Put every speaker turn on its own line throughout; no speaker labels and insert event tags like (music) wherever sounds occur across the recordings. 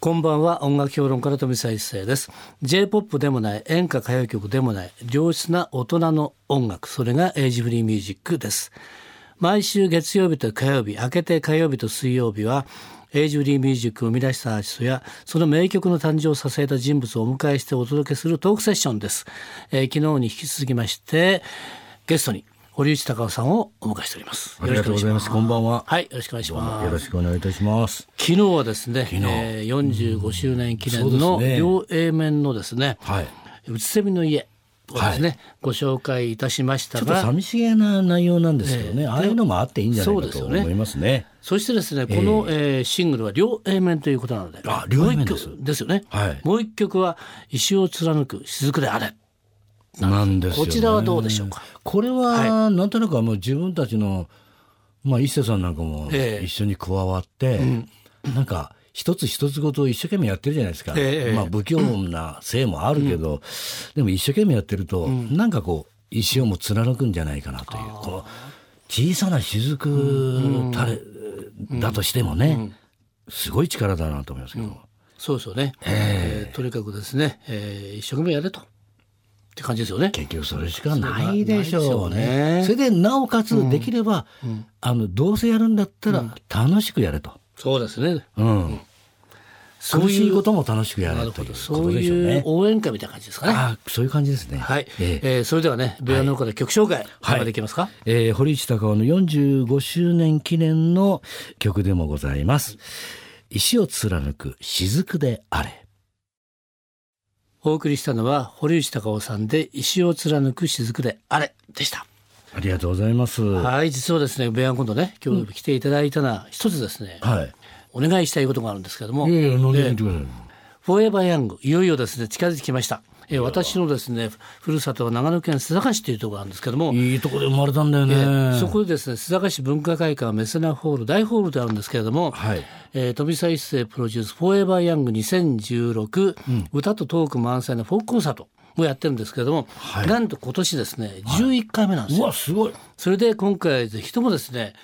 こんばんは音楽評論家の富澤一世です J-POP でもない演歌歌謡曲でもない良質な大人の音楽それがエイジフリーミュージックです毎週月曜日と火曜日明けて火曜日と水曜日はエイジフリーミュージックを生み出したアーティストやその名曲の誕生を支えた人物をお迎えしてお届けするトークセッションです、えー昨日に引き続きましてゲストに堀内孝雄さんをお迎えしております
ありがとうございます。こんばんは。
はいよろしくお願いします
よろしくお願いいたします。
昨日はですね、えー、45周年記念
そ
の
うですね
両 A 面のですね
はい。
「うつせみの家」をですね、ご紹介いたしまし
ち
た
ょっと
が
寂しげな内容なんですけどね、
ええ
ああいうのもあっていいんじゃない
そう
か
です
と
よね
思いますね。
そしてですねこの、えーシングルは両 A 面ということなので
あ両 A 面
もう一
です
曲ですよね、
はい
もう一曲は「石を貫く雫であれ
なんですよ、」ね。
こちらはどうでしょうか。
これは、なんとなくはもう自分たちの、まあ、一瀬さんなんかも
ええ
一緒に加わって、なんか、一つ一つごと一生懸命やってるじゃないですか。
ええ
まあ、不器用なせいもあるけど、でも一生懸命やってると、なんかこう、石をも貫くんじゃないかなという、この小さな雫たれ、だとしてもね、すごい力だなと思いますけど。
そうですよね、えーとにかくですね、えー一生懸命やれとって感じですよね
結局それしかないでしょう
ないですよね
ね。それでなおかつできれば、あのどうせやるんだったら楽しくやれと。
そうですね
うん。
そう
苦しいこととも楽しくやれ
なるほ
という
ど
こ
そ
と
う
でしょう
いう
ね。
応援歌みたいな感じですかね
ああ、そういう感じですね。
はい、え
ええ
ーそれではね、ベアノーカで曲紹介、
はい
い、でいきますか。
えー堀内孝雄の45周年記念の曲でもございます。石を貫く雫であれ。
お送りしたのは堀内孝雄さんで石を貫く雫であれでした。
ありがとうございます。は
はい、実はですね、ベアン今度ね、今日来ていただいたのは一つですね、お願いしたいことがあるんですけども、
い。いやいや、飲んで
え
みてください。
フォーエバーヤング、いよいよですね、近づいてきました。えー私のですね、ふるさとは長野県須坂市というところなんですけども、
いいとこで生まれたんだよ
え
ね。
ーそこでですね須坂市文化会館メセナホール大ホールであるんですけれども、
はい
えー富澤一世プロデュース「フォーエバーヤング2016、歌とトーク満載のフォークコンサート」もやってるんですけれども、
はい
なんと今年ですね11回目なんです
う
よ、
わ、すごい。
それで今回ぜひともですね、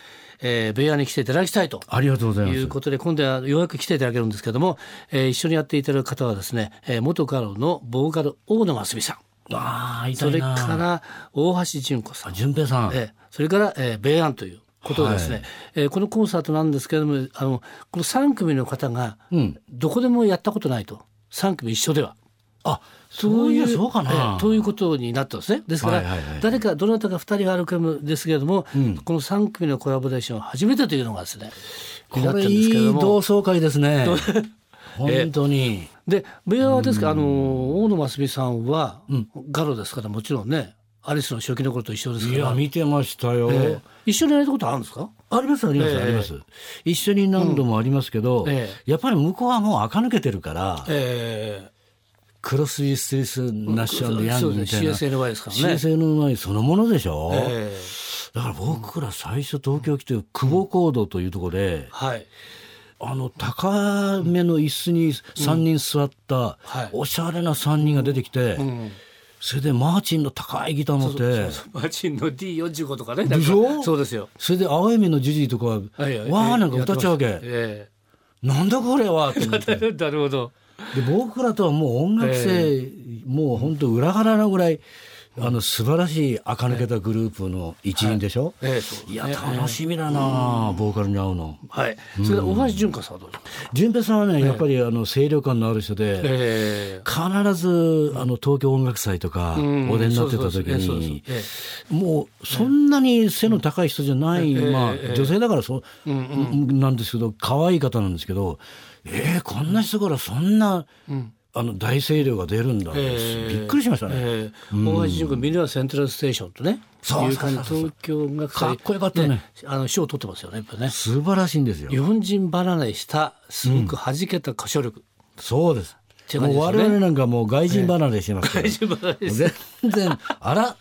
えー、ベアに来ていただきたいと
ありがとうございま
とい
す
う。ことで今度はようやく来ていただけるんですけれども、えー一緒にやっていただく方はですね、えー元カロのボーカル大野真澄さん
ああ、痛
そ
い
れ
な。
から大橋純子さん
順平さん。
ええそれから、えー、米安ということでですね、
はい
えーこのコンサートなんですけれどもあのこの3組の方が
うん
どこでもやったことないと3組一緒では。
あ、そういう、そうか
え
な。
えということになったんですね。ですから、
はいはいはい
誰かどなたか2人が歩くんですけれども、この3組のコラボレーションは初めてというのがですねにな
こ
って
れ
るんで
い
すけれど
い同
も
窓会です
(laughs)
ね。本当に。
で米安はですからあの大野真澄さんは、ガロですからもちろんねアリスの初期の頃と一緒です
い
か
や、
ら、
見てましたよ。
ええ一緒にやられたことあるんですか
ありますあります、
ええ
あります。一緒に何度もありますけど、
うんえ
やっぱり向こうはもう垢抜けてるから、
ええ
クロスイスイスナッションでヤングみたいな。
そうですね CSNY ですからね
CSNY そのものでしょ、
ええ
だから僕ら最初東京来て久保高堂というところで、
はい。
あの高めの椅子に3人座った
はい
おしゃれな3人が出てきて、
ん
それでマーチンの高いギター持って
マジンの D45 とかね。
でしょ
なんかそうですよ。
それで「青い目のジュジー」とか「
はいはい
わあ」なんか歌っちゃうわ
やって
け
ます
なんだこれはと思って
ええ (laughs) なるほど。
で僕らとはもう音楽
(laughs)
性、もう本当裏腹なぐらいあの素晴らしい垢抜けたグループの一員でしょ、
ええそうですね
いや楽しみだなあ、ボーカルに会うの
はい。それで、大橋純子さんはどうですか
淳平さんはねやっぱりあの清涼感のある人で、
え
必ずあの東京音楽祭とか
ん
お出になってた
そう
時
ですそうで
に
すえ
もうそんなに背の高い人じゃないまあ女性だからそうなんですけど可愛い方なんですけどえーこんな人からそんなあの大声量が出るんだ
え
びっくりしました
え
ね。
ええ大橋純子、ミネラセントラルステーションとね。
そうそうそうそう
い感じ東京音楽祭
かっこよかったね。
あの、賞を取ってますよね、やっぱね。
素晴らしいんですよ
日。本人離れした、すごく弾けた歌唱力。
そうです。
て感
も
じ
う
ですよね
我々なんかもう外人離れしてますから。
大丈夫です
全然あら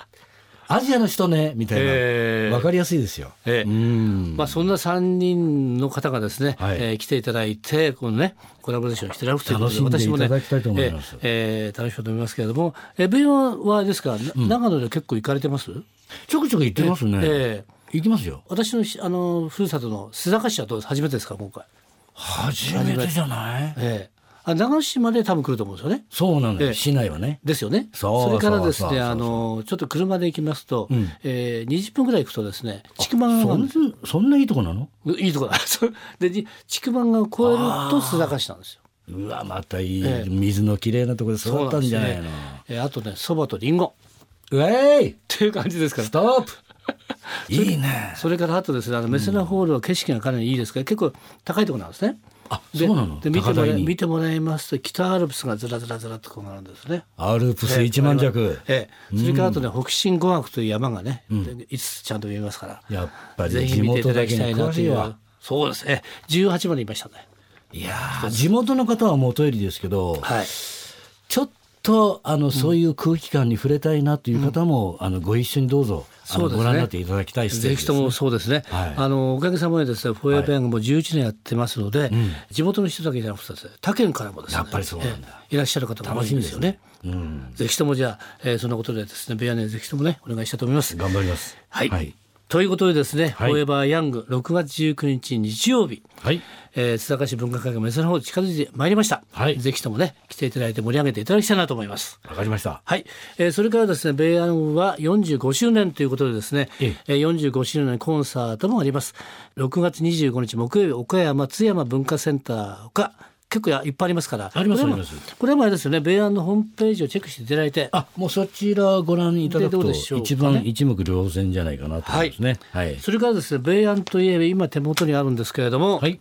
アジアの人ねみたいな、
ええ
わかりやすいですよ。
ええまあ、そんな3人の方がですね、
はい
えー来ていただいてこの、ね、コラボレーションしていただくということで
楽し
私
んで
もね
いただきたいと思います
えーえー楽しみだと思いますけれどもえーベオはですか、な長野で結構行かれてます
ちょくちょく行ってますね。
ええ
行きますよ。
私のしあのふるさとの須坂市はどうです初めてですか今回、
初めてじゃない
ええあ長野市まで多分来ると思うんですよね。
そうなんです、
ええ
市内はね。
ですよね。
そう
れからです
そうそう
ね、
そう
あのちょっと車で行きますと、えー、20分ぐらい行くとですね、筑満
そ
川
ん
の
なそんないいとこなの
いいところだ。 (laughs) そうで、じ筑満川を越えると須坂市なんですよ。
うわまたいい、
ええ
水のきれいなとこで
そ
育
う
ったん
です
じゃないの、
ね。えーあとね、蕎麦とリンゴ
うえい
っていう感じですから
(laughs) ス。トップいいね
(laughs) それからあとですね、あのメセナホールは景色がかなりいいですから、結構高いところなんですね。
あ
で
そうなの
で見て
高
もら
台
え見
に
てもらいますと北アルプスがずらずらずらっとこうなるんですね。
アルプス一万弱、
ええ、それからあとね、北進五岳という山がね、いつちゃんと見えますから。
やっぱ
ぜ
り
ひ
地
見てい
元
ただ
だけ
き
に
たいな
詳
と
し
い
いうわ。
そうですね。18までいましたね。
いやー地元の方はもうトイレですけど、
はい。
ちょっとあのそういう空気感に触れたいなという方も、あのご一緒にどうぞあ
そ
の
うですね
ご覧になっていただきたいステー
ぜひ
ジです
ともそうですね。
はい
あのおかげさまでですね、フォーエバーヤングも11年やってますので、地元の人だけじゃなくてですね、他県からもですね、
やっぱりそうなんだ
ええいらっしゃる方も多いんですよね。ぜひともじゃあ、えーそんなことでですね、ベアネぜひともねお願いしたいと思います。
頑張ります
はい。
はい、
ということでですね、
はい
フォーエバーヤング6月19日日曜日、
はい
えー、津坂市文化会館目線の方近づいてまいりました、
はい
ぜひともね来ていただいて盛り上げていただきたいなと思います
わかりました
はい、えーそれからですね米安は45周年ということでですね、え
え
ー、45周年コンサートもあります6月25日木曜日岡山津山文化センターほか結構やいっぱいありますから
ありま
こ
す
れも
あります
これもあれですよね米安のホームページをチェックしていただいて
あもうそちらご覧いただ
で
く
どう
と
でしょうかね
一番一目瞭然じゃないかなと思いますねはい、
それからですね米安といえば今手元にあるんですけれども、
はい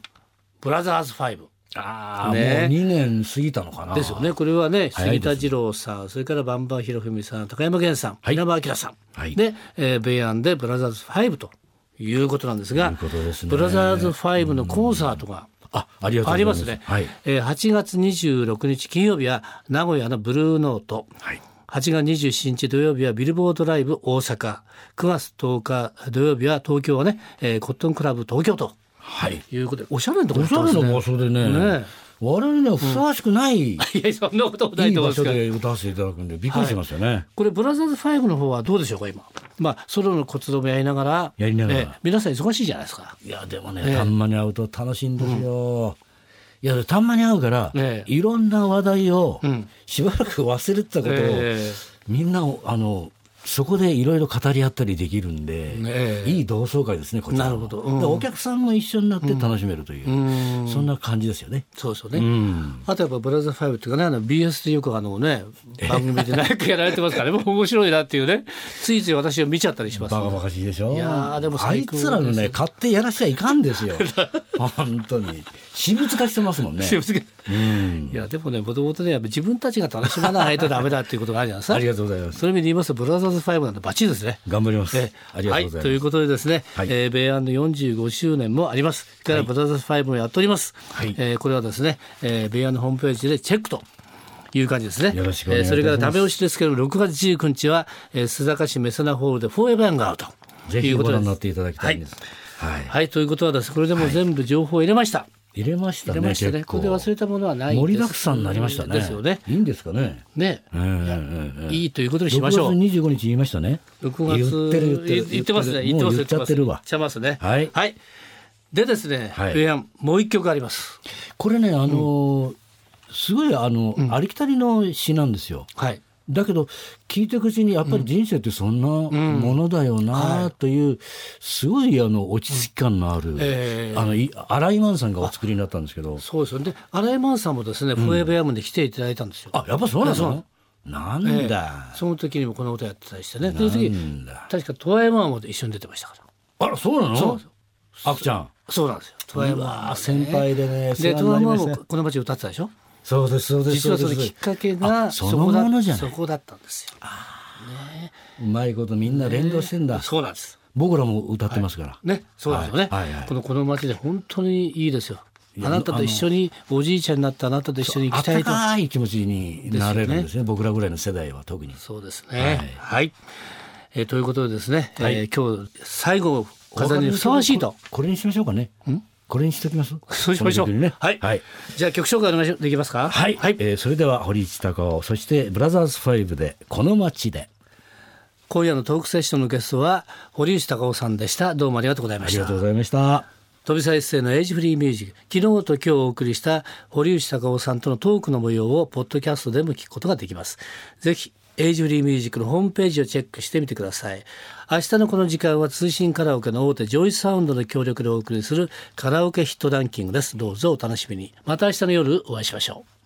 ブラザーズ5
ああ、
ね
もう二年過ぎたのかな
ですよねこれはね
早
杉
いです
田
ね
二郎さんそれからバンバン博文さん高山源さん、
はい
稲葉明さん、
はい
で、えー、ベイアンでブラザーズ5ということなんですが
ということですね
ブラザーズ5のコンサートが
あありが
あ
とうござ
り
いま
ますすね、
はい
えー8月26日金曜日は名古屋のブルーノート、
はい
8月27日土曜日はビルボードライブ大阪9月10日土曜日は東京はね、えーコットンクラブ東京と
はい
いうことでおしゃれなとこ
お
やっ
してゃ
ま
れ
すね
な場所でね
ね
我々にはふさわしくない、
いやそんなこともないい
い
と思うんで
場
す
所
けど
で歌わせていただくんでびっくりしますよね、
これブラザーズ5の方はどうでしょうか今まあソロの活動もやりながら
やりながら
皆さん忙しいじゃないですか
いやでもね、たんまに会うと楽しいんですよ、いやたんまに会うから、
ええ
いろんな話題を
ん
しばらく忘れてたことを、
ええ
みんなをあのそこでいろいろ語り合ったりできるんで、
ええ
いい同窓会ですねこちらも
なるほどうん
でお客さんも一緒になって楽しめるという、そんな感じですよね。
そうですよね、
うん
あとやっぱブラザーズ5っていうかねあの BS でよくあのね番組で何かやられてますからねもう面白いなっていうねついつい私を見ちゃったりします
バカバカしいでしょ
いやーでも
あ
最
い
高
つらのね勝手やらしちゃいかん (laughs) ですよ本当に私物化してますもんね
すいません
(laughs) うん
いやでもねもともとねやっぱ自分たちが楽しまないとダメだっていうことがあるじゃないですか
ありがとうございます
そういう意味で言いますとブラザーズ5なんてバッチリですね
頑張ります、
え
ありがとうございます、
はということでですね、
はい
えー米安の45周年もあります。それからブラザーズ5もやっております。
はい
えーこれはですね、えー、米安のホームページでチェックと。いう感じですね。
よろしくお願いい
えー
たします
それからダメ押しですけども、6月19日は、えー、須坂市メセナホールでフォーエバーヤングアウト。と
ぜ
い
ひ
うこ
ご
と
覧
です
になっていただきたいんです。はい。
はい、ということはですね、これでもう全部情報を入れました。
入れました
入
ね。
れましたね。
結
こ
構
こで忘れたものはないです
盛りだくさんになりましたね。
ですよね。
いいんですかね。
ね、
うんうんうん。
いいということにし
6
ま
月
しょう。
25日言いましたね。
6月
言ってる言ってる。
言ってますね言
言
っ
ってて
ま言っま
ますす言っててますす言っちゃってるわ。
ちゃますね
はい
はい、でですね、
はい
ベアンもう一曲あります
これね、あのー、すごいあの、ありきたりの詩なんですよ。
はい
だけど聞いていくうちにやっぱり人生ってそんなものだよなというすごいあの落ち着き感のある、
ええ
あのい新井満さんがお作りになったんですけど
そうですよねで新井満さんもですね、フォーエバーヤムで来ていただいたんですよ
あやっぱそうな
そう
のなん
ええ
だ、
その時にもこの歌やってたりしてねその時
なんだ
確かトワイマンも一緒に出てましたから
あらそうなの
そうなんですよ
あくちゃん
そうなんですよトワイマンもね、
あ先輩でね
で
世話
ト
に
ワ
な
イ
り
マン
ました
もこの街歌ってたでしょ
そうですそうです
実はその
うで
き
す
っかけが
あ
そ
その
こだ
ものじゃな
そ
い
こだったんですよ
うまいことみんな連動してんだ、
そうなんです
僕らも歌ってますから、
ね、そうですよね、
はいはいはい
このこの街で本当にいいですよ
いや
あなたと一緒におじいちゃんになったあなたと一緒に行き
あった
い
た
と
かい気持ちになれるんですね僕らぐらいの世代は特に
そうですねはい、えーということでですね、えー今日最後を飾るにふさわしいと
ここれにしましょうかねこれにしときます
そうしましょう、
この曲にね
はい、
はい
じゃあ曲紹介お願いしできますか
はい、
はい
えーそれでは堀内孝雄そしてブラザーズ5でこの街で
今夜のトークセッションのゲストは堀内孝雄さんでしたどうもありがとうござい
あ
まし
り
た
がとうございました
飛び再生のエイジフリーミュージック昨日と今日お送りした堀内孝雄さんとのトークの模様をポッドキャストでも聞くことができますぜひエイジフリーミュージックのホームページをチェックしてみてください明日のこの時間は通信カラオケの大手ジョイサウンドの協力でお送りするカラオケヒットランキングですどうぞお楽しみにまた明日の夜お会いしましょう